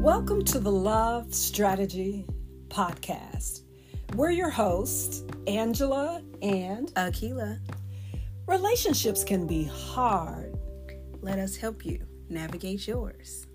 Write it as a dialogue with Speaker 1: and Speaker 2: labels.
Speaker 1: Welcome to the Love Strategy Podcast. We're your hosts, Angela and
Speaker 2: Akila,
Speaker 1: relationships can be hard.
Speaker 2: let us help you navigate yours.